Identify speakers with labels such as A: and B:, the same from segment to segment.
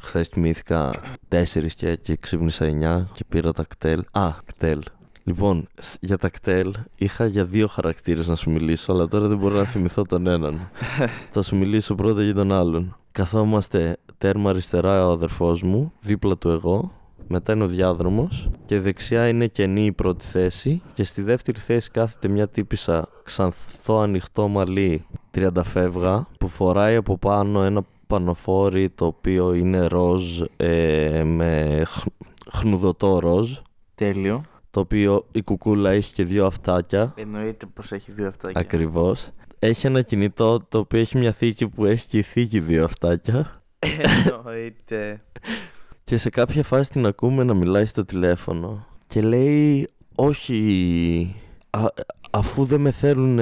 A: χθε κοιμήθηκα 4 και, και ξύπνησα 9 και πήρα τα κτέλ. Α, κτέλ. Λοιπόν, σ- για τα κτέλ είχα για δύο χαρακτήρες να σου μιλήσω, αλλά τώρα δεν μπορώ να θυμηθώ τον έναν. Θα σου μιλήσω πρώτα για τον άλλον. Καθόμαστε τέρμα αριστερά ο αδερφός μου, δίπλα του εγώ, μετά είναι ο διάδρομος και δεξιά είναι κενή η πρώτη θέση και στη δεύτερη θέση κάθεται μια τύπησα ξανθό ανοιχτό μαλλί 30 φεύγα που φοράει από πάνω ένα πανοφόρι το οποίο είναι ροζ ε, με χ- χνουδωτό ροζ
B: Τέλειο.
A: το οποίο η κουκούλα έχει και δύο αυτάκια
B: Εννοείται πως έχει δύο αυτά.
A: ακριβώς έχει ένα κινητό το οποίο έχει μια θήκη που έχει και η θήκη δύο αυτάκια
B: Εννοείται.
A: Και σε κάποια φάση την ακούμε να μιλάει στο τηλέφωνο και λέει όχι α- αφού δεν με θέλουν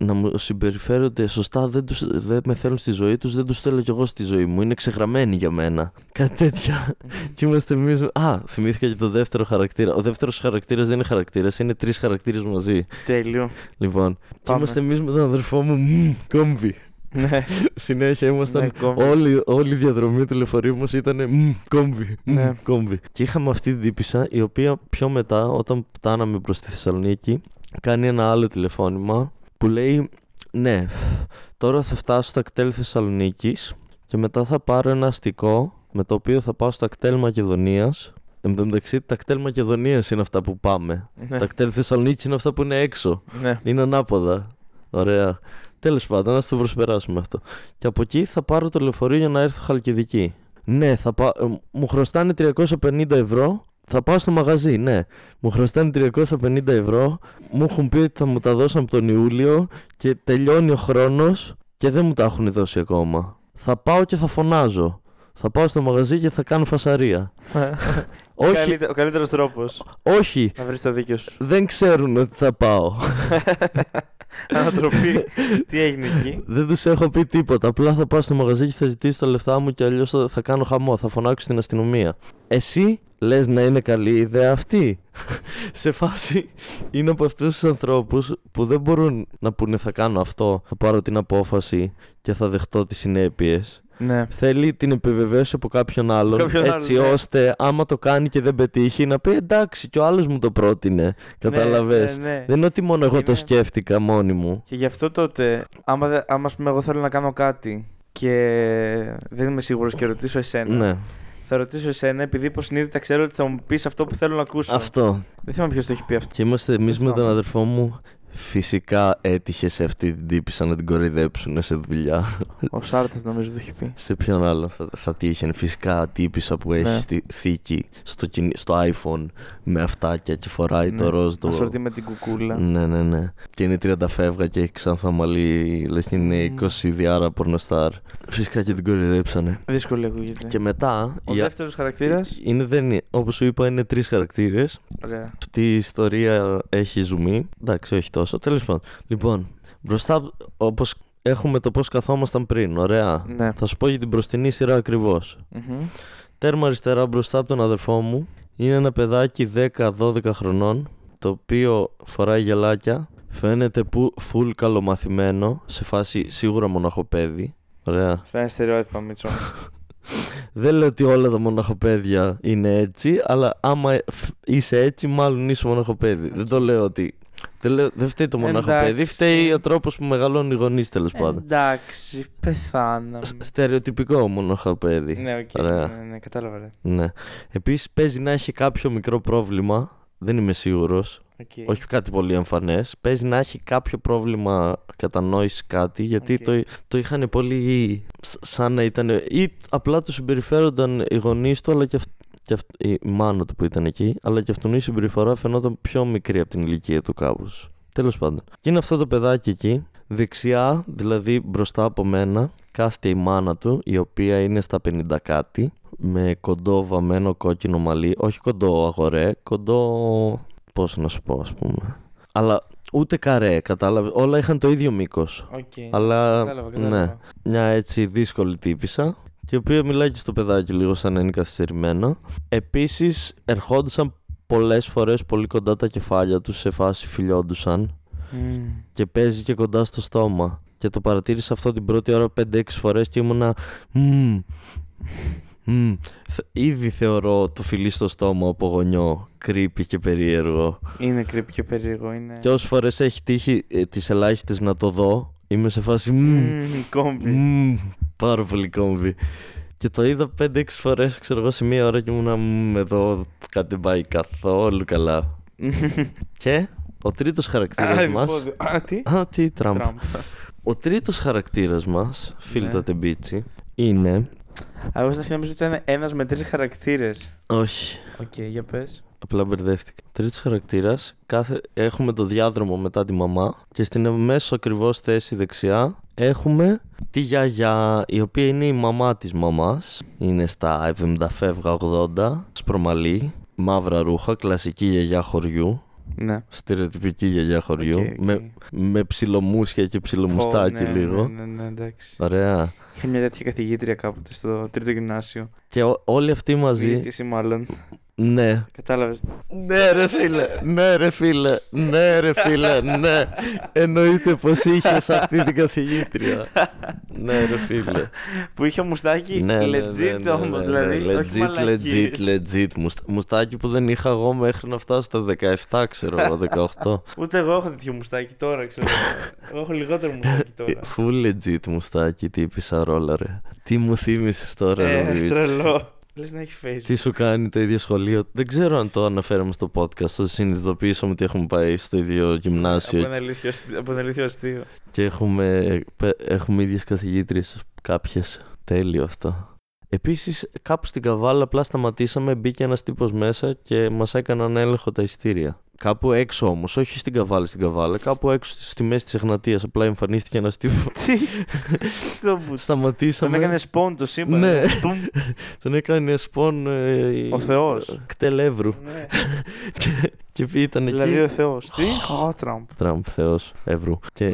A: να μου συμπεριφέρονται σωστά δεν, τους, δεν με θέλουν στη ζωή τους δεν τους θέλω κι εγώ στη ζωή μου είναι ξεγραμμένοι για μένα κάτι τέτοια και είμαστε εμείς α θυμήθηκα και το δεύτερο χαρακτήρα ο δεύτερος χαρακτήρας δεν είναι χαρακτήρας είναι τρεις χαρακτήρες μαζί
B: Τέλειο.
A: λοιπόν και
B: Πάμε.
A: είμαστε εμείς με τον αδερφό μου μμμ, κόμβι
B: Ναι.
A: συνέχεια ήμασταν
B: Ναι, κόμβι.
A: Όλη, όλη η διαδρομή του λεωφορείου μας ήταν μμ, κόμβι. μμ,
B: Ναι.
A: κόμβι. Και είχαμε αυτή την τύπησα η οποία πιο μετά, όταν φτάναμε προς τη Θεσσαλονίκη, κάνει ένα άλλο τηλεφώνημα που λέει Ναι, τώρα θα φτάσω στα κτέλ Θεσσαλονίκης και μετά θα πάρω ένα αστικό με το οποίο θα πάω στα κτέλ Μακεδονίας. Εν τω μεταξύ, τα κτέλ Μακεδονίας είναι αυτά που πάμε.
B: Ναι.
A: τα κτέλ Θεσσαλονίκης είναι αυτά που είναι έξω.
B: ναι.
A: Είναι ανάποδα. Ωραία. Τέλος πάντων, ας το προσπεράσουμε αυτό. Και από εκεί θα πάρω το λεωφορείο για να έρθω Χαλκιδική. Ναι, θα πα... ε, μου χρωστάνε 350 ευρώ. Θα πάω στο μαγαζί, ναι. Μου χρωστάνε 350 ευρώ. Μου έχουν πει ότι θα μου τα δώσουν από τον Ιούλιο και τελειώνει ο χρόνος και δεν μου τα έχουν δώσει ακόμα. Θα πάω και θα φωνάζω. Θα πάω στο μαγαζί και θα κάνω φασαρία. όχι,
B: Καλύτε- Ο καλύτερος τρόπος
A: όχι,
B: να βρεις το δίκιο σου.
A: δεν ξέρουν ότι θα πάω.
B: Ανατροπή. Τι έγινε εκεί.
A: Δεν τους έχω πει τίποτα. Απλά θα πάω στο μαγαζί και θα ζητήσω τα λεφτά μου και αλλιώς θα, θα κάνω χαμό. Θα φωνάξω στην αστυνομία. Εσύ λες να είναι καλή η ιδέα αυτή. Σε φάση είναι από αυτούς τους ανθρώπους που δεν μπορούν να πούνε θα κάνω αυτό, θα πάρω την απόφαση και θα δεχτώ τις συνέπειες.
B: Ναι.
A: Θέλει την επιβεβαίωση από κάποιον άλλον,
B: Κάποιον άλλον,
A: έτσι
B: ναι.
A: ώστε άμα το κάνει και δεν πετύχει να πει εντάξει και ο άλλος μου το πρότεινε. Κατάλαβες.
B: Ναι, ναι, ναι.
A: Δεν είναι ότι μόνο εγώ το
B: Είναι-
A: σκέφτηκα μόνη μου.
B: Και γι' αυτό τότε, άμα, δε- άμα ας πούμε, εγώ θέλω να κάνω κάτι και δεν είμαι σίγουρος και ρωτήσω εσένα.
A: Ναι,
B: Θα ρωτήσω εσένα επειδή υποσυνείδητα ξέρω ότι θα μου πεις αυτό που θέλω να ακούσω.
A: αυτό.
B: Δεν θυμάμαι ποιος το έχει πει αυτό.
A: Και είμαστε εμείς με τον
B: Θυμάμαι.
A: αδερφό μου. Φυσικά έτυχε σε αυτή την τύπησα να την κοροϊδέψουν σε δουλειά.
B: Ο Σάρτας νομίζω το έχει πει.
A: σε ποιον άλλο θα, θα τύχαινε. Φυσικά τύπησα που έχει
B: Ναι.
A: στη θήκη στο, κινη- στο iPhone με αυτάκια και φοράει
B: Ναι.
A: το ροζ το.
B: Ασορτή με την κουκούλα.
A: Ναι, ναι, ναι. Και είναι 30 φεύγα και έχει ξανθά μαλλί. Λες και είναι
B: Μμμ.
A: 20 διάρα πορνοστάρ. Φυσικά και την κοροϊδέψανε.
B: Δύσκολη ακούγεται.
A: Και μετά.
B: Ναι. Ο
A: η α-
B: δεύτερος χαρακτήρας.
A: είναι, δεν είναι, όπως σου είπα, είναι τρεις χαρακτήρες.
B: Ωραία.
A: Αυτή η ιστορία έχει ζουμί. Εντάξει, όχι τόσο. Τέλος πάντων. Λοιπόν, μπροστά, όπως έχουμε το πώς καθόμασταν πριν, ωραία.
B: Ναι.
A: Θα σου πω για την μπροστινή σειρά ακριβώς.
B: Μμμ.
A: Τέρμα αριστερά μπροστά από τον αδερφό μου είναι ένα παιδάκι 10-12 χρονών, το οποίο φοράει γελάκια. Φαίνεται που full καλομαθημένο, σε φάση σίγουρα μοναχοπέδι. Ωραία.
B: Αυτά είναι στερεότυπα, Μίτσο.
A: Δεν λέω ότι όλα τα μοναχοπέδια είναι έτσι, αλλά άμα ε, φ- είσαι έτσι, μάλλον είσαι μοναχοπέδι. Δεν το λέω ότι. Δεν, λέω, δεν φταίει το μοναχοπέδι,
B: Εντάξει. Ε,
A: φταίει ο τρόπος που μεγαλώνουν οι γονείς τέλος πάντων.
B: Εντάξει, πεθάναμε.
A: Σ- Στερεοτυπικό μοναχοπέδι.
B: ναι, οκ.
A: Ωραία.
B: Ναι, ναι, κατάλαβα. Ρε.
A: Ναι. Επίσης παίζει να έχει κάποιο μικρό πρόβλημα. Δεν είμαι σίγουρος.
B: Οκ.
A: Όχι κάτι πολύ εμφανές. Παίζει να έχει κάποιο πρόβλημα κατανόησης κάτι, γιατί
B: Οκ.
A: το, το είχαν πολύ. σ- σαν να ήταν. ή απλά του συμπεριφέρονταν οι γονείς του, αλλά και, αυ, και αυ, η μάνα του που ήταν εκεί, αλλά και αυτόν η συμπεριφορά φαινόταν πιο μικρή από την ηλικία του κάπως. Τέλος πάντων. Και είναι αυτό το παιδάκι εκεί. Δεξιά, δηλαδή μπροστά από μένα, κάθεται η μάνα του, η οποία είναι στα 50 κάτι, με κοντό βαμμένο κόκκινο μαλλί. Όχι κοντό αγορέ, κοντό πώς να σου πω ας πούμε. Αλλά ούτε καρέ, κατάλαβε. Όλα είχαν το ίδιο μήκος.
B: Οκ.
A: Αλλά
B: Κατάλαβα, κατάλαβα.
A: ναι, μια έτσι δύσκολη τύπησα και η οποία μιλάει και στο παιδάκι λίγο σαν να είναι καθυστερημένο. Επίσης ερχόντουσαν πολλές φορές πολύ κοντά τα κεφάλια τους σε φάση φιλιόντουσαν
B: Μμμ.
A: και παίζει και κοντά στο στόμα. Και το παρατήρησα αυτό την πρώτη ώρα 5-6 φορές και ήμουνα «Μμμ, Μμμ. Θε- Ήδη θεωρώ το φιλί στο στόμα από γονιό creepy και περίεργο.
B: Είναι creepy και περίεργο. Είναι.
A: Και όσες φορές έχει τύχει ε, τις ελάχιστες να το δω, είμαι σε φάση. μμμ,
B: Μμμ, Κόμπι.
A: μμμ, πάρα πολύ κόμβι. Και το είδα 5-6 φορές, ξέρω εγώ, σε μία ώρα και ήμουνα μμμ, εδώ κάτι δεν πάει καθόλου καλά. Και ο τρίτος χαρακτήρας μα.
B: Αδειπόδιο. Α, λοιπόν, τι.
A: Α, τι, Τραμπ.
B: Τραμπ.
A: Ο τρίτος χαρακτήρας μας, φίλε
B: Ναι.
A: τα τεμπίτσι, είναι.
B: Α, Εγώ στην αρχή νομίζω ότι ήταν ένας με τρεις χαρακτήρες.
A: Όχι.
B: Οκ, για πες.
A: Απλά μπερδεύτηκα. Τρίτος χαρακτήρας. Κάθε... Έχουμε το διάδρομο μετά τη μαμά και στην μέσο ακριβώς θέση δεξιά έχουμε τη γιαγιά, η οποία είναι η μαμά της μαμάς. Είναι στα 70 φεύγα 80. Σπρωμαλή. Μαύρα ρούχα. Κλασική γιαγιά χωριού.
B: Ναι.
A: Στερεοτυπική γιαγιά χωριού.
B: Οκ, οκ.
A: Με, με ψιλομούσια και ψιλομουστάκι
B: Πω, ναι,
A: λίγο.
B: Ναι, ναι, ναι, εντάξει.
A: Ωραία.
B: Είχα μια τέτοια καθηγήτρια κάποτε στο τρίτο γυμνάσιο.
A: Και ό- όλοι αυτοί μαζί.
B: Μαζί. Και εσύ, μάλλον.
A: Ναι.
B: Κατάλαβες.
A: Ναι ρε φίλε, ναι ρε φίλε, ναι ρε φίλε, ναι Εννοείται πως είχες αυτή την καθηγήτρια Ναι ρε φίλε Ναι,
B: Που είχε μουστάκι legit όμω. Δηλαδή. όχι
A: Legit, legit,
B: μαλακίες.
A: legit Μουστα- Μουστάκι που δεν είχα εγώ μέχρι να φτάσω στα 17 ξέρω εγώ, 18
B: Ούτε εγώ έχω τέτοιο μουστάκι τώρα, ξέρω. εγώ έχω λιγότερο μουστάκι
A: Ε,
B: τώρα.
A: Full legit μουστάκι τύπησα ρόλα ρε Τι μου θύμισες τώρα ρε
B: ε,
A: Λουίτς.
B: τρελό. Λες να έχει Facebook.
A: Τι σου κάνει το ίδιο σχολείο Δεν ξέρω αν το αναφέραμε στο podcast Το συνειδητοποίησαμε ότι έχουμε πάει στο ίδιο
B: από
A: γυμνάσιο
B: ένα αλήθεια αστι- από ένα αλήθεια αστείο.
A: Και έχουμε, πε- έχουμε ίδιες καθηγήτριες κάποιες. Τέλειο αυτό. Επίσης κάπου στην καβάλα απλά σταματήσαμε, μπήκε ένας τύπος μέσα και μας έκαναν έλεγχο τα ειστήρια. Κάπου έξω όμως, όχι στην καβάλα στην καβάλα, κάπου έξω στη μέση της Εγνατίας απλά εμφανίστηκε ένας τύπος.
B: Τι. Στο μπουτσ.
A: Σταματήσαμε.
B: Τον έκανε σπον το σύμπαν.
A: Ναι.
B: Τουμ.
A: τον έκανε σπον... ε, η-
B: Ο Θεός.
A: Κτελεύρου.
B: Ναι.
A: και, και πει, ήταν εκεί.
B: Δηλαδή ο Θεός. Τι. Ο Τραμπ.
A: Τραμπ, Θεός, Εύρου. Και,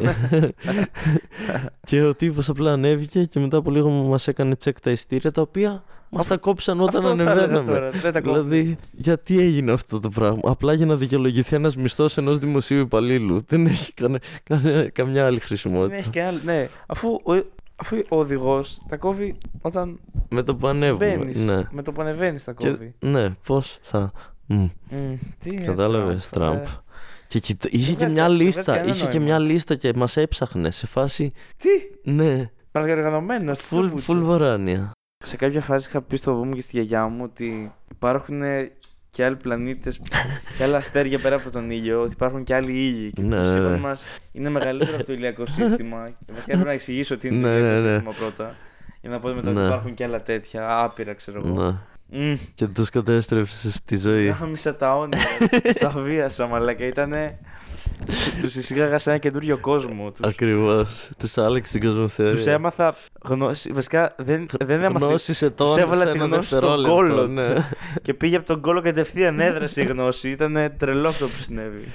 A: και ο τύπος απλά ανέβηκε και μετά από λίγο μας έκανε τσεκ τα ειστήρια τα οποία μας τα κόψαν όταν
B: Αυτό θα έλεγα
A: ανεβαίναμε.
B: τώρα, Δεν τα κόβω.
A: Δηλαδή, γιατί έγινε αυτό το πράγμα. Απλά για να δικαιολογηθεί ένας μισθός ενός δημοσίου υπαλλήλου. Δεν έχει κανε- κανε- καμιά άλλη
B: Δεν
A: χρησιμότητα.
B: έχει και άλλο. Ναι. Αφού ο, αφού ο οδηγός τα κόβει όταν
A: Με το που ανέβουμε.
B: μπαίνεις.
A: Ναι.
B: Με το που ανεβαίνεις τα
A: Και,
B: κόβει.
A: ναι, πώς θα. Μμ.
B: Μμ, Τι είναι,
A: Κατάλαβες,
B: Ε, Τραμπ.
A: Τραμπ.
B: ε.
A: Και κοιτά- είχε και
B: βγάζει
A: μια
B: κα- δεν βγάζει
A: λίστα.
B: κανένα
A: Είχε και
B: νόημα.
A: μια λίστα και μας έψαχνε σε φάση.
B: Τι.
A: Ναι,
B: Παραργανωμένο.
A: full, full βοράνια.
B: Σε κάποια φάση είχα πει στο παππού μου και στη γιαγιά μου ότι υπάρχουν και άλλοι πλανήτες και άλλα αστέρια πέρα από τον ήλιο, ότι υπάρχουν και άλλοι ήλιοι. Και
A: Ναι,
B: το σύμπαν
A: ναι.
B: μας είναι μεγαλύτερο από το ηλιακό σύστημα. Βασικά πρέπει να εξηγήσω τι είναι το
A: Ναι,
B: ηλιακό
A: ναι, ναι.
B: σύστημα πρώτα. Για να πω μετά ότι
A: Ναι.
B: υπάρχουν και άλλα τέτοια, άπειρα ξέρω εγώ.
A: Ναι.
B: Μμμ,
A: Και τους κατέστρεψες στη ζωή.
B: Γάμισα τα όνειρα. τα βίασα, μαλάκα. Ήτανε. Τους εισήγαγα σε ένα καινούριο κόσμο. Τους-
A: Ακριβώς. Τους άλλαξε την κοσμοθεωρία.
B: Τους έμαθα γνώση. Βασικά δεν, δεν έμαθα
A: Γνώσισε
B: τους
A: τώρα.
B: έβαλα
A: σε
B: τη
A: ένα
B: γνώση στον
A: δευτερόλεπτο,
B: κόλο
A: ναι.
B: τους. Και πήγε από τον κόλλο κατευθείαν έδρασε η γνώση. Ήταν τρελό αυτό που συνέβη.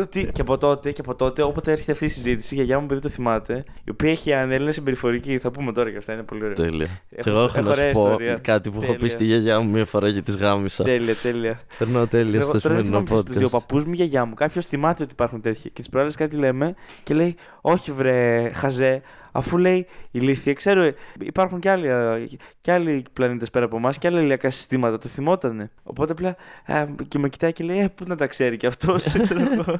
B: Ε, Τι, και από τότε, και από τότε, όποτε έρχεται αυτή η συζήτηση, η γιαγιά μου, επειδή το θυμάται, η οποία έχει ανέλληνε συμπεριφορική. Θα πούμε τώρα και αυτά, είναι πολύ ωραία.
A: Τέλεια. Και εγώ έχω
B: έχω
A: να σου
B: ωραία
A: πω
B: ιστορία.
A: κάτι που έχω πει
B: Τέλεια.
A: στη γιαγιά μου μια φορά και τη γάμισα.
B: Τέλεια, τέλεια.
A: Περνάω τέλεια στο
B: Τώρα δεν
A: σημερινό
B: θυμάμαι ποιος τους δύο
A: podcast.
B: παππούς μου, η γιαγιά μου. Κάποιος θυμάται ότι υπάρχουν τέτοια. Και τις προάλλες κάτι λέμε και λέει, Όχι βρε, χαζέ, αφού λέει ηλίθεια, ξέρω, ε, υπάρχουν και άλλοι, ε, και άλλοι πλανήτες πέρα από εμάς και άλλα ηλιακά συστήματα. Το θυμότανε. Οπότε απλά ε, και με κοιτάει και λέει, Ε, πού να τα ξέρει κι αυτός, ξέρω εγώ.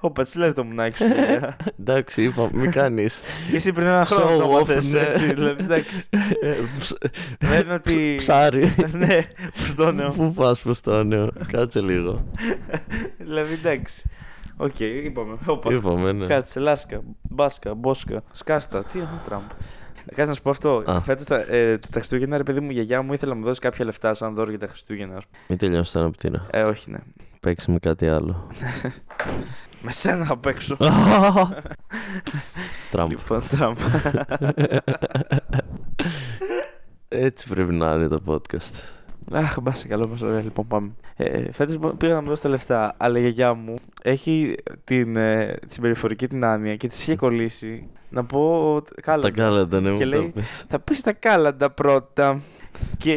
B: Ω πατσίλα ρε το μουνάκι σου. λέει.
A: Εντάξει, είπα, μην κάνεις.
B: Και εσύ πριν ένα
A: Show
B: χρόνο το
A: off,
B: μάθες,
A: ναι. Ε,
B: έτσι. Δηλαδή, εντάξει. Δεν είναι ότι.
A: Ψάρι.
B: Ναι, προς το νέο.
A: Πού πας προς το νέο. Κάτσε λίγο.
B: Δηλαδή, εντάξει. Οκ, είπαμε. Όπα.
A: Είπαμε, ναι.
B: Κάτσε, Λάσκα, Μπάσκα, Μπόσκα, Σκάστα. Τι έχω, Τραμπ. Κάτσε να σου πω
A: Α.
B: αυτό. Φέτος τα, ε, τα Χριστούγεννα, ρε παιδί μου, η γιαγιά μου ήθελε να μου δώσει κάποια λεφτά σαν δώρο για τα Χριστούγεννα. ας πούμε.
A: Μην τελειώσεις τώρα από την.
B: Ε, όχι, ναι.
A: Παίξε με κάτι άλλο.
B: Με σένα απ' έξω.
A: Τραμπ.
B: λοιπόν, Τραμπ.
A: Έτσι πρέπει να είναι το podcast.
B: Αχ, μπα σε καλό, μα ωραία. Λοιπόν, πάμε. Ε, Φέτο πήγα να μου δώσεις τα λεφτά, αλλά η γιαγιά μου έχει την, ε, τη συμπεριφορική την άνοια και της είχε κολλήσει να πω.
A: Τα
B: Κάλα.
A: κάλαντα, ναι, μου
B: Και
A: τα
B: λέει,
A: πες.
B: θα πεις τα κάλαντα πρώτα. Και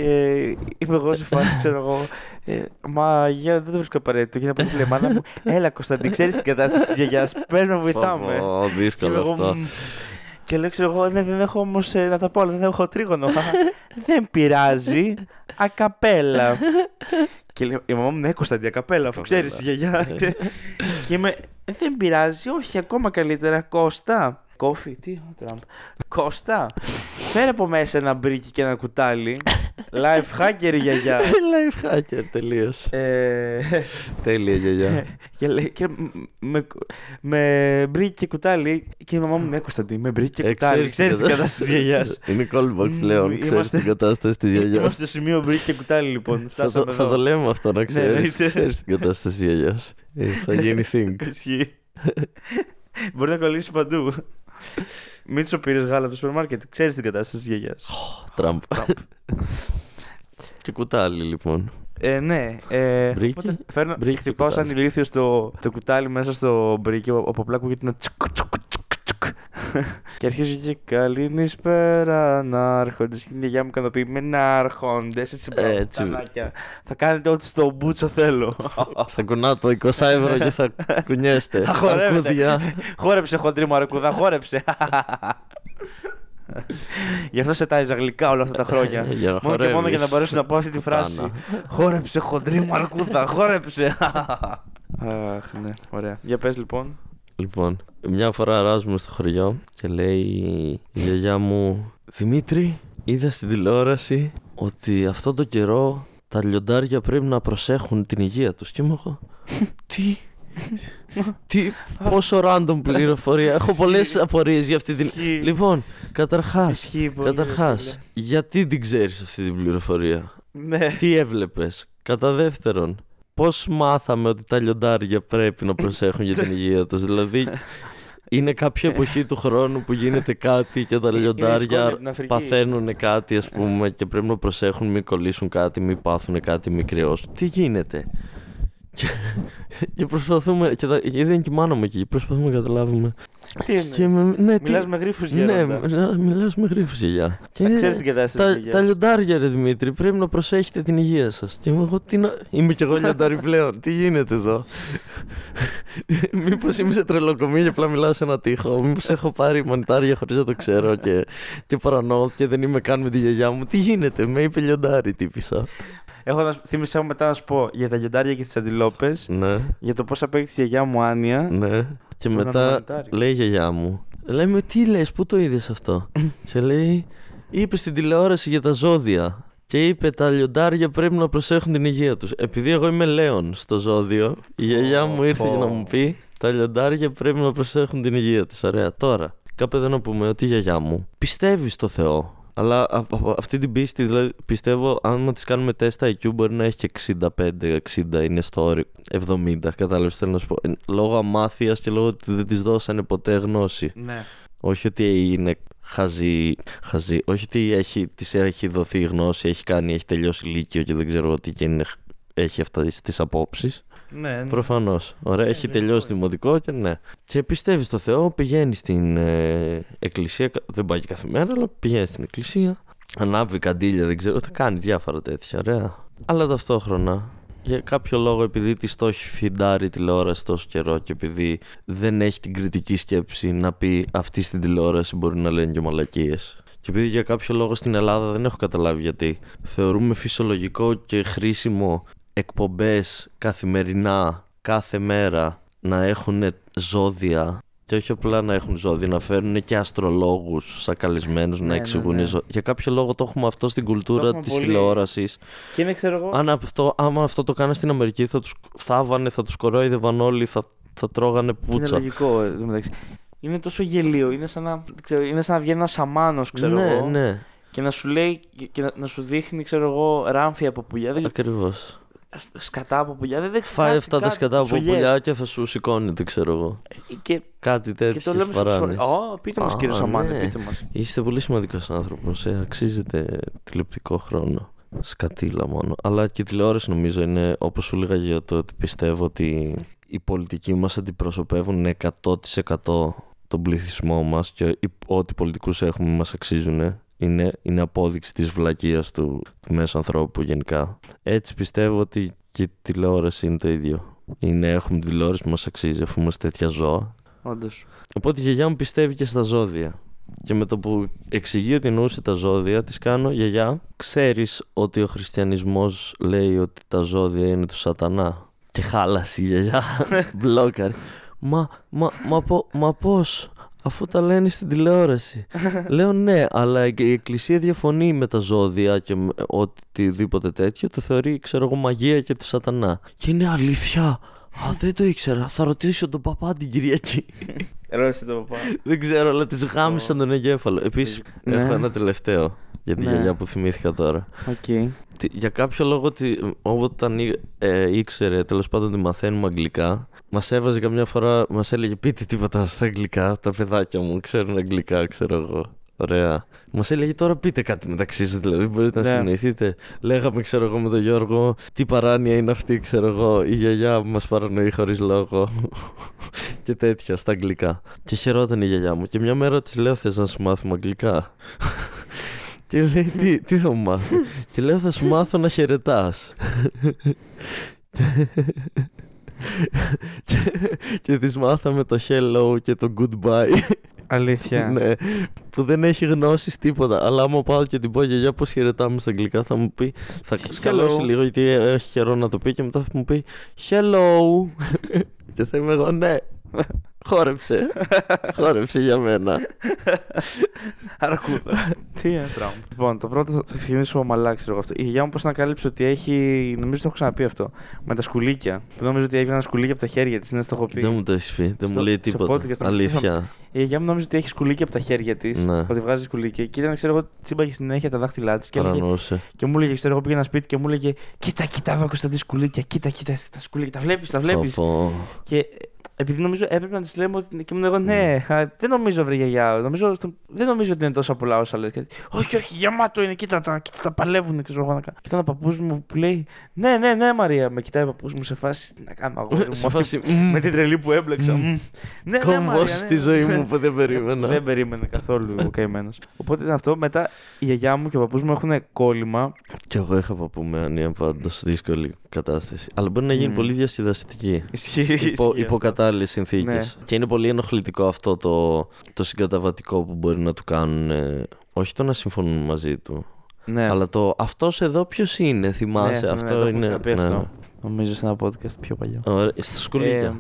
B: είμαι εγώ σε φάση, ξέρω εγώ. Ε, μα για δεν το βρίσκω απαραίτητο. Και να πω λέει η μάνα μου, Έλα Κωνσταντίν, ξέρεις την κατάσταση της γιαγιάς. Παίρνω, βοηθάμε.
A: Πω, πω,
B: Και είμαι
A: δύσκολο
B: εγώ,
A: αυτό.
B: «Μμμ». Και λέω, ξέρω εγώ, «Ναι, δεν έχω όμως να τα πω, όλα, δεν έχω τρίγωνο. δεν πειράζει. Ακαπέλα. και λέω, η μαμά μου, ναι, Κωνσταντή, ακαπέλα, αφού ξέρεις,
A: Ακαπέλα.
B: γιαγιά. ξέρεις». και είμαι, δεν πειράζει, όχι, ακόμα καλύτερα, Κώστα. Κόφι, τι, ο Τραμπ. Κώστα, φέρε από μέσα ένα μπρίκι και ένα κουτάλι. Life hacker, η γιαγιά.
A: Life hacker, τελείως.
B: Ε,
A: Τέλεια, γιαγιά.
B: και λέει, και μ- με, με μπρίκι και κουτάλι. Και η μαμά μου, ναι, Κωνσταντή, με μπρίκι και
A: Ε,
B: κουτάλι.
A: ξέρεις
B: Ξέρεις την κατάσταση της γιαγιάς.
A: Είναι callback πλέον.
B: Μ,
A: Ξέρεις
B: είμαστε-
A: την κατάσταση της γιαγιάς.
B: Είμαστε στο σημείο μπρίκι και κουτάλι, λοιπόν.
A: Ε, Θα
B: Φτάσαμε
A: το, θα
B: εδώ. Ναι,
A: το λέμε αυτό να ξέρεις.
B: εννοείται.
A: Ξέρεις την κατάσταση γιαγιά. Θα γίνει thing.
B: Ισχύει. Μπορεί να κολλήσει παντού. Μην σου πήρες γάλα από το σούπερ μάρκετ. Ξέρεις την κατάσταση της γιαγιάς.
A: Τραμπ. Και κουτάλι, λοιπόν.
B: Ε, ναι. Ε,
A: Μπρίκι,
B: οπότε φέρνω
A: μπρίκι
B: και χτυπάω
A: και
B: σαν
A: κουτάλι.
B: ηλίθιος στο, το κουτάλι μέσα στο μπρίκι. Από από απλά ακούγεται ένα τσουκ, τσουκ, τσουκ, τσουκ. και αρχίζει και καλή νησπέρα να έρχονται. Και η γιαγιά μου ικανοποιεί με να έρχονται. Έτσι, μπράβο,
A: Έτσι.
B: τανάκια. Θα κάνετε ό,τι στο μπούτσο θέλω.
A: θα κουνάω το 20 ευρώ και θα κουνιέστε.
B: Θα χορεύετε.
A: Αρκούδια.
B: Χόρεψε χοντρή μου αρκούδα, χόρεψε. Γι' αυτό σε τάιζα γλυκά όλα αυτά τα χρόνια.
A: Ε, για να
B: μόνο και μόνο
A: χορεύεις.
B: για να μπορέσω να πω αυτή τη φράση.
A: Πουτάνα.
B: Χόρεψε χοντρή μου αρκούδα, χόρεψε. Αχ, ναι, ωραία. Για πες λοιπόν.
A: Λοιπόν, μια φορά ράζουμε στο χωριό και λέει η γιαγιά μου Δημήτρη, είδα στην τηλεόραση ότι αυτό το καιρό τα λιοντάρια πρέπει να προσέχουν την υγεία τους και μου εγώ Τι, τι, πόσο random πληροφορία Έχω πολλές απορίες για αυτή την...
B: Ισχύει.
A: Λοιπόν, καταρχάς,
B: Ισχύει πολύ, ρε
A: καταρχάς,
B: φίλε.
A: γιατί την ξέρεις αυτή την πληροφορία
B: Ναι.
A: τι έβλεπες. Κατά δεύτερον, πώς μάθαμε ότι τα λιοντάρια πρέπει να προσέχουν για την υγεία τους. Δηλαδή, είναι κάποια εποχή του χρόνου που γίνεται κάτι και τα
B: Είναι η Ε, σκόνη
A: λιοντάρια
B: από την Αφρική.
A: παθαίνουν κάτι, ας πούμε, και πρέπει να προσέχουν μην κολλήσουν κάτι, μην πάθουν κάτι, μην κρυώσουν. Τι γίνεται. Και, και προσπαθούμε. Και, τα, και δεν κοιμάνομαι εκεί. Προσπαθούμε να καταλάβουμε.
B: Τι
A: Και
B: είναι.
A: με, ναι, τι-
B: Μιλάς με γρίφους
A: ναι,
B: γέροντα.
A: μιλάς με γρήφους γιαγιά. Και
B: Τα
A: είναι-
B: ξέρεις την κατάσταση
A: τα,
B: της
A: τα
B: γιαγιάς.
A: λιοντάρια, ρε Δημήτρη, πρέπει να προσέχετε την υγεία σας. Και μου εγώ τι να... Είμαι κι εγώ λιοντάρι πλέον. τι γίνεται εδώ. Μήπως είμαι σε τρελοκομείο και απλά μιλάω σε ένα τείχο. Μήπως έχω πάρει μανιτάρια χωρίς να το ξέρω και, και παρανοώ και δεν είμαι καν με τη γιαγιά μου. Τι γίνεται, με είπε λιοντάρι, τύπησα.
B: Έχω να σου- θύμισα μετά να σου πω για τα λιοντάρια και τις αντιλόπες,
A: ναι,
B: για το πώς απέκτησε η γιαγιά μου Άνια.
A: ναι. Και
B: Μπορεί να είναι
A: μετά
B: μανιτάρι.
A: λέει η γιαγιά μου. Λέμε, τι λες, πού το είδες αυτό. και λέει, είπε στην τηλεόραση για τα ζώδια. Και είπε τα λιοντάρια πρέπει να προσέχουν την υγεία τους. Επειδή εγώ είμαι λέον στο ζώδιο, η γιαγιά μου ήρθε για να μου πει τα λιοντάρια πρέπει να προσέχουν την υγεία τους. Ωραία. Τώρα, κάπου εδώ να πούμε ότι η γιαγιά μου πιστεύει στο Θεό. Αλλά α- από αυτή την πίστη, δηλαδή, πιστεύω, αν της κάνουμε τεστ IQ, μπορεί να έχει και 65-60, είναι στο όριο 70. Κατάλαβε, θέλω να σου πω. Ε, Λόγω αμάθειας και λόγω ότι δεν της δώσανε ποτέ γνώση.
B: Ναι.
A: Όχι ότι είναι χαζή, χαζή. Όχι ότι έχει, της έχει δοθεί η γνώση, έχει κάνει, έχει τελειώσει λύκειο και δεν ξέρω τι και είναι, έχει αυτές τις απόψεις.
B: Ναι, ναι.
A: Προφανώς. Ωραία,
B: Ναι,
A: έχει
B: λογικό
A: τελειώσει
B: είναι.
A: δημοτικό και ναι. Και πιστεύεις στο Θεό, πηγαίνει στην ε, εκκλησία, κα- δεν πάει και κάθε μέρα, αλλά πηγαίνει στην εκκλησία, ανάβει καντήλια, δεν ξέρω, τα κάνει διάφορα τέτοια, ωραία. Αλλά ταυτόχρονα, για κάποιο λόγο, επειδή της το έχει φιντάρει η τηλεόραση τόσο καιρό και επειδή δεν έχει την κριτική σκέψη να πει αυτή στην τηλεόραση μπορεί να λένε και μαλακίες. Και επειδή για κάποιο λόγο στην Ελλάδα δεν έχω καταλάβει γιατί, θεωρούμε φυσιολογικό και χρήσιμο εκπομπές καθημερινά, κάθε μέρα, να έχουν ζώδια και όχι απλά να έχουν ζώδια, να φέρουν και αστρολόγους σαν καλεσμένους
B: Ναι,
A: να
B: ναι,
A: εξηγούν
B: ναι.
A: ζώδια. Για κάποιο λόγο το έχουμε αυτό στην κουλτούρα
B: έχουμε
A: της
B: πολύ.
A: τηλεόρασης.
B: Και είναι, ξέρω εγώ,
A: Αν αυτό, άμα αυτό το κάνανε στην Αμερική θα τους θάβανε, θα τους κορόιδευαν όλοι, θα, θα τρώγανε
B: Και Είναι
A: πούτσα.
B: λογικό εν τω μεταξύ. Είναι τόσο γελίο. Είναι σαν να, ξέρω, είναι σαν να βγαίνει ένας αμάνο, ξέρω
A: ναι,
B: εγώ,
A: ναι,
B: και να σου λέει και- και να, να σου δείχνει, ξέρω εγώ, ράμφια από πουλιά. Δεν,
A: ακριβώς.
B: σκατά από πουλιά. Δεν, δεν
A: Φάει
B: κάτι-
A: αυτά τα
B: κάτι,
A: σκατά από
B: φουτσουλιές.
A: πουλιά και θα σου σηκώνεται, ξέρω εγώ.
B: Και,
A: Κάτι
B: και
A: τέτοιο.
B: το λέμε στον ψυχολόγο. Ω, πείτε μας,
A: Α,
B: κύριε Σαμάνε,
A: ναι.
B: πείτε μας.
A: Είστε πολύ σημαντικός άνθρωπος. Ε. Αξίζετε τηλεοπτικό χρόνο. Σκατήλα μόνο. Αλλά και η τηλεόραση νομίζω είναι όπως σου έλεγα για το ότι πιστεύω ότι οι πολιτικοί μας αντιπροσωπεύουν 100% τον πληθυσμό μας και οι- ό,τι πολιτικούς έχουμε μας αξίζουν. ε. Είναι, είναι απόδειξη της βλακείας του, του μέσου ανθρώπου γενικά. Έτσι πιστεύω ότι και η τηλεόραση είναι το ίδιο. Είναι, έχουμε την τηλεόραση που μας αξίζει αφού είμαστε τέτοια ζώα
B: Όντως.
A: Οπότε η γιαγιά μου πιστεύει και στα ζώδια. Και με το που εξηγεί ότι εννοούσε τα ζώδια, της κάνω γιαγιά. Ξέρεις ότι ο χριστιανισμός λέει ότι τα ζώδια είναι του σατανά. Και χάλασε η γιαγιά. Μπλόκαρε. Μα, μα, μα, πο- μα πώς, αφού τα λένε στην τηλεόραση. Λέω ναι, αλλά και η Εκκλησία διαφωνεί με τα ζώδια και με οτιδήποτε τέτοιο. Το θεωρεί, ξέρω εγώ, μαγεία και του σατανά. Και είναι αλήθεια. Α, δεν το ήξερα. Θα ρωτήσω τον παπά την Κυριακή.
B: Ρώσε το παπά.
A: Δεν ξέρω, αλλά τη γάμισαν τον εγκέφαλο. Επίσης,
B: Ναι.
A: έχω ένα τελευταίο για τη
B: Ναι.
A: γιαγιά που θυμήθηκα τώρα.
B: Οκ.
A: Τι- Για κάποιο λόγο, τι- όταν ή- ε, ήξερε τέλος πάντων ότι μαθαίνουμε αγγλικά, μας έβαζε καμιά φορά, μας έλεγε πείτε τίποτα στα αγγλικά. Τα παιδάκια μου ξέρουν αγγλικά, ξέρω εγώ. Ωραία. Μας έλεγε τώρα πείτε κάτι μεταξύ σας, δηλαδή μπορείτε να
B: Ναι.
A: συνοηθείτε. Λέγαμε, ξέρω εγώ, με τον Γιώργο, τι παράνοια είναι αυτή, ξέρω εγώ, η γιαγιά που μας παρανοεί χωρίς λόγο. και τέτοια στα αγγλικά. Και χαιρόταν η γιαγιά μου. Και μια μέρα της λέω: Θες να σου μάθουμε αγγλικά. και λέει: Τι, τι θα μου μάθω. και λέω: Θα σου μάθω να χαιρετάς. και, και τη μάθαμε το hello και το goodbye.
B: Αλήθεια.
A: ναι, που δεν έχει γνώσει τίποτα. Αλλά άμα πάω και την πω γιαγιά πώς χαιρετάμε στα αγγλικά, θα μου πει. Θα σκαλώσει λίγο γιατί έχει καιρό να το πει και μετά θα μου πει Hello. και θα είμαι εγώ, ναι. Χόρεψε. Χόρεψε για μένα.
B: Αρκούδα. Τι ένα τραύμα. Λοιπόν, το πρώτο θα θα ξεκινήσω ομαλά, ξέρω εγώ αυτό. Η γιαγιά μου πώς να κάλυψε ότι έχει. Νομίζω το έχω ξαναπεί αυτό. Με τα σκουλίκια. Που νόμιζε ότι έβγαιναν σκουλίκια από τα χέρια της. Ναι, στο έχω πει.
A: δεν μου το έχεις πει, δεν
B: Στο-
A: μου λέει
B: στο
A: τίποτα.
B: podcast, στο-
A: Αλήθεια.
B: Η γιαγιά μου νόμιζε ότι έχει σκουλίκια από τα χέρια της.
A: Ναι.
B: Ότι βγάζει σκουλίκια. Και ήταν, ξέρω εγώ, τσίμπαγε στην συνέχεια τα δάχτυλά της. Και, έλεγε-
A: Παρανοούσε.
B: και μου έλεγε, ξέρω εγώ, πήγαινα σπίτι και μου έλεγε Κοίτα, κοίτα εδώ Κωνσταντή σκουλίκια. Κοίτα, κοίτα τα σκουλίκια. Τα βλέπεις, τα βλέπεις.
A: Φοβό.
B: Και ε, επειδή νομίζω έπρεπε να της λέμε ότι. και ήμουν εγώ, ναι, α, δεν νομίζω, βρε γιαγιά. Νομίζω, στο- δεν νομίζω ότι είναι τόσο πολλά όσα λες. Όχι, όχι, γεμάτο είναι, κοίτα τα, κοίτα, τα παλεύουν. Ξέρω εγώ να κάνω. Και ήταν ο παππούς μου που λέει, Ναι, ναι, ναι, Μαρία, με κοιτάει ο παππούς μου σε φάση. Τι να κάνω, αγόρι μου.
A: Σε
B: αυτή-
A: φάση.
B: Με την τρελή που έμπλεξα.
A: Μμμ.
B: Μμμ. Ναι, ναι, Μαρία.
A: Κόμβο
B: ναι.
A: στη ζωή μου που δεν περίμενα.
B: Δεν περίμενε καθόλου ο καημένος. Οπότε ήταν αυτό. Μετά η γιαγιά μου και ο παππούς μου έχουν κόλλημα.
A: Κι εγώ είχα παππού με άνοια πάντως δύσκολη κατάσταση. Αλλά μπορεί να γίνει
B: Μμμ.
A: πολύ διασκεδαστική.
B: Ισχύει.
A: Υπό,
B: ισχύει αυτό.
A: υποκατάλληλες συνθήκες.
B: Ναι.
A: Και είναι πολύ ενοχλητικό αυτό το, το συγκαταβατικό που μπορεί να του κάνουν. ε, όχι το να συμφωνούν μαζί του.
B: Ναι.
A: Αλλά το αυτός εδώ ποιος είναι, θυμάσαι.
B: Ναι, ναι,
A: αυτό
B: το έχουμε
A: είναι.
B: ξαναπεί
A: ναι,
B: αυτό.
A: ναι.
B: Νομίζω σε ένα podcast πιο παλιό.
A: Ωραία, στα σκουλίκια.
B: Ε,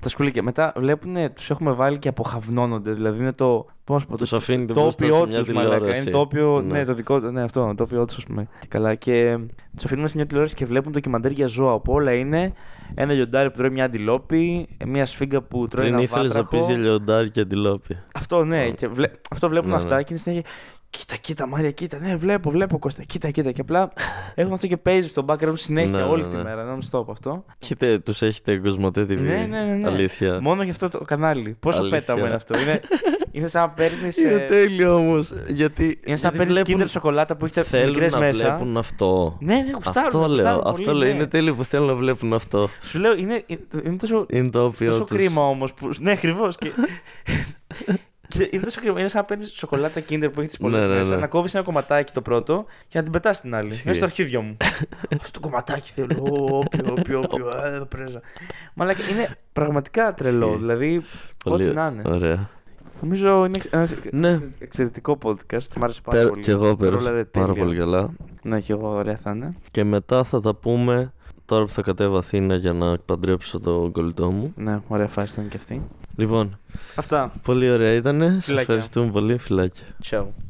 B: τα σκουλίκια. Μετά βλέπουν, τους έχουμε βάλει και αποχαυνώνονται. Δηλαδή είναι το. Πώς να πω,
A: Τους
B: το
A: αφήνει το μπροστά σε
B: τόπιό
A: μια
B: τους, μαλακά. Είναι
A: τηλεόραση.
B: τόπιο. Ναι.
A: Ναι.
B: το δικό του. Ναι, αυτό, το τόπιό τους, ας πούμε. Και καλά. Και τους αφήνουμε σε μια τηλεόραση και βλέπουν ντοκιμαντέρ για ζώα. Όπου όλα είναι ένα λιοντάρι που τρώει μια αντιλόπη, μια σφίγγα που τρώει
A: Πριν
B: ένα
A: ήθελες να πει
B: βάτραχο.
A: για λιοντάρι και αντιλόπι.
B: Αυτό, ναι.
A: Mm.
B: Και βλέ... Αυτό βλέπουν
A: Ναι,
B: αυτά
A: ναι.
B: και είναι συνέχεια. Κοίτα, κοίτα, Μάρια, κοίτα. Ναι, βλέπω, βλέπω, Κώστα. Κοίτα, κοίτα. Και απλά έχουν αυτό και παίζει στο background συνέχεια
A: Ναι, ναι,
B: όλη
A: ναι.
B: τη μέρα. Non-stop αυτό.
A: Έχετε, τους έχετε κοσμοτέ TV.
B: Ναι, ναι, ναι, ναι.
A: Αλήθεια.
B: Μόνο για αυτό το κανάλι. Πόσο
A: Αλήθεια.
B: πέταμα είναι αυτό. Είναι, είναι σαν να παίρνεις.
A: Είναι τέλειο όμως. Γιατί.
B: ε, είναι σαν
A: γιατί
B: να παίρνεις
A: βλέπουν-
B: κίντερ σοκολάτα που έχετε
A: Θέλουν
B: μικρές
A: να
B: μέσα.
A: βλέπουν αυτό.
B: Ναι, ναι, γουστάρουν.
A: Αυτό
B: γουστάρουν
A: λέω.
B: πολύ,
A: Αυτό λέω.
B: ναι.
A: Είναι τέλειο που θέλουν να βλέπουν αυτό.
B: Σου λέω, είναι, ε, είναι τόσο,
A: Είναι το οποίο.
B: τόσο
A: τους-
B: κρίμα όμως. Που... Ναι, ακριβώς. Και... και είναι τόσο κρίμα. Είναι σαν να παίρνεις σοκολάτα κίντερ που έχεις τι πολλές
A: Ναι, ναι,
B: μέσα,
A: ναι.
B: να κόβεις ένα κομματάκι το πρώτο και να την πετάς την άλλη.
A: Ισχύει.
B: Μέσα στο αρχίδιο μου. Αυτό το κομματάκι θέλω. Ω, Όπιο, όπιο, όπιο. Α, εδώ πρέζα. Μαλάκα, είναι πραγματικά τρελό.
A: Ισχύει.
B: Δηλαδή,
A: Πολύ
B: ό,τι να είναι.
A: Ωραία.
B: Νομίζω είναι ένα
A: Ναι.
B: εξαιρετικό podcast. Μ' άρεσε πάρα
A: Πέρα,
B: πολύ.
A: και εγώ
B: Ρόλαρε
A: πέρασα πάρα
B: τέλεια.
A: πολύ καλά.
B: Ναι, και εγώ ωραία θα είναι.
A: Και μετά θα τα πούμε τώρα που θα κατέβω Αθήνα για να παντρέψω τον κολλητό μου.
B: Ναι, ωραία φάση ήταν και αυτή.
A: Λοιπόν,
B: Αυτά.
A: πολύ ωραία ήταν. Σα
B: Φιλάκια.
A: ευχαριστούμε πολύ. Φιλάκια.
B: Ciao.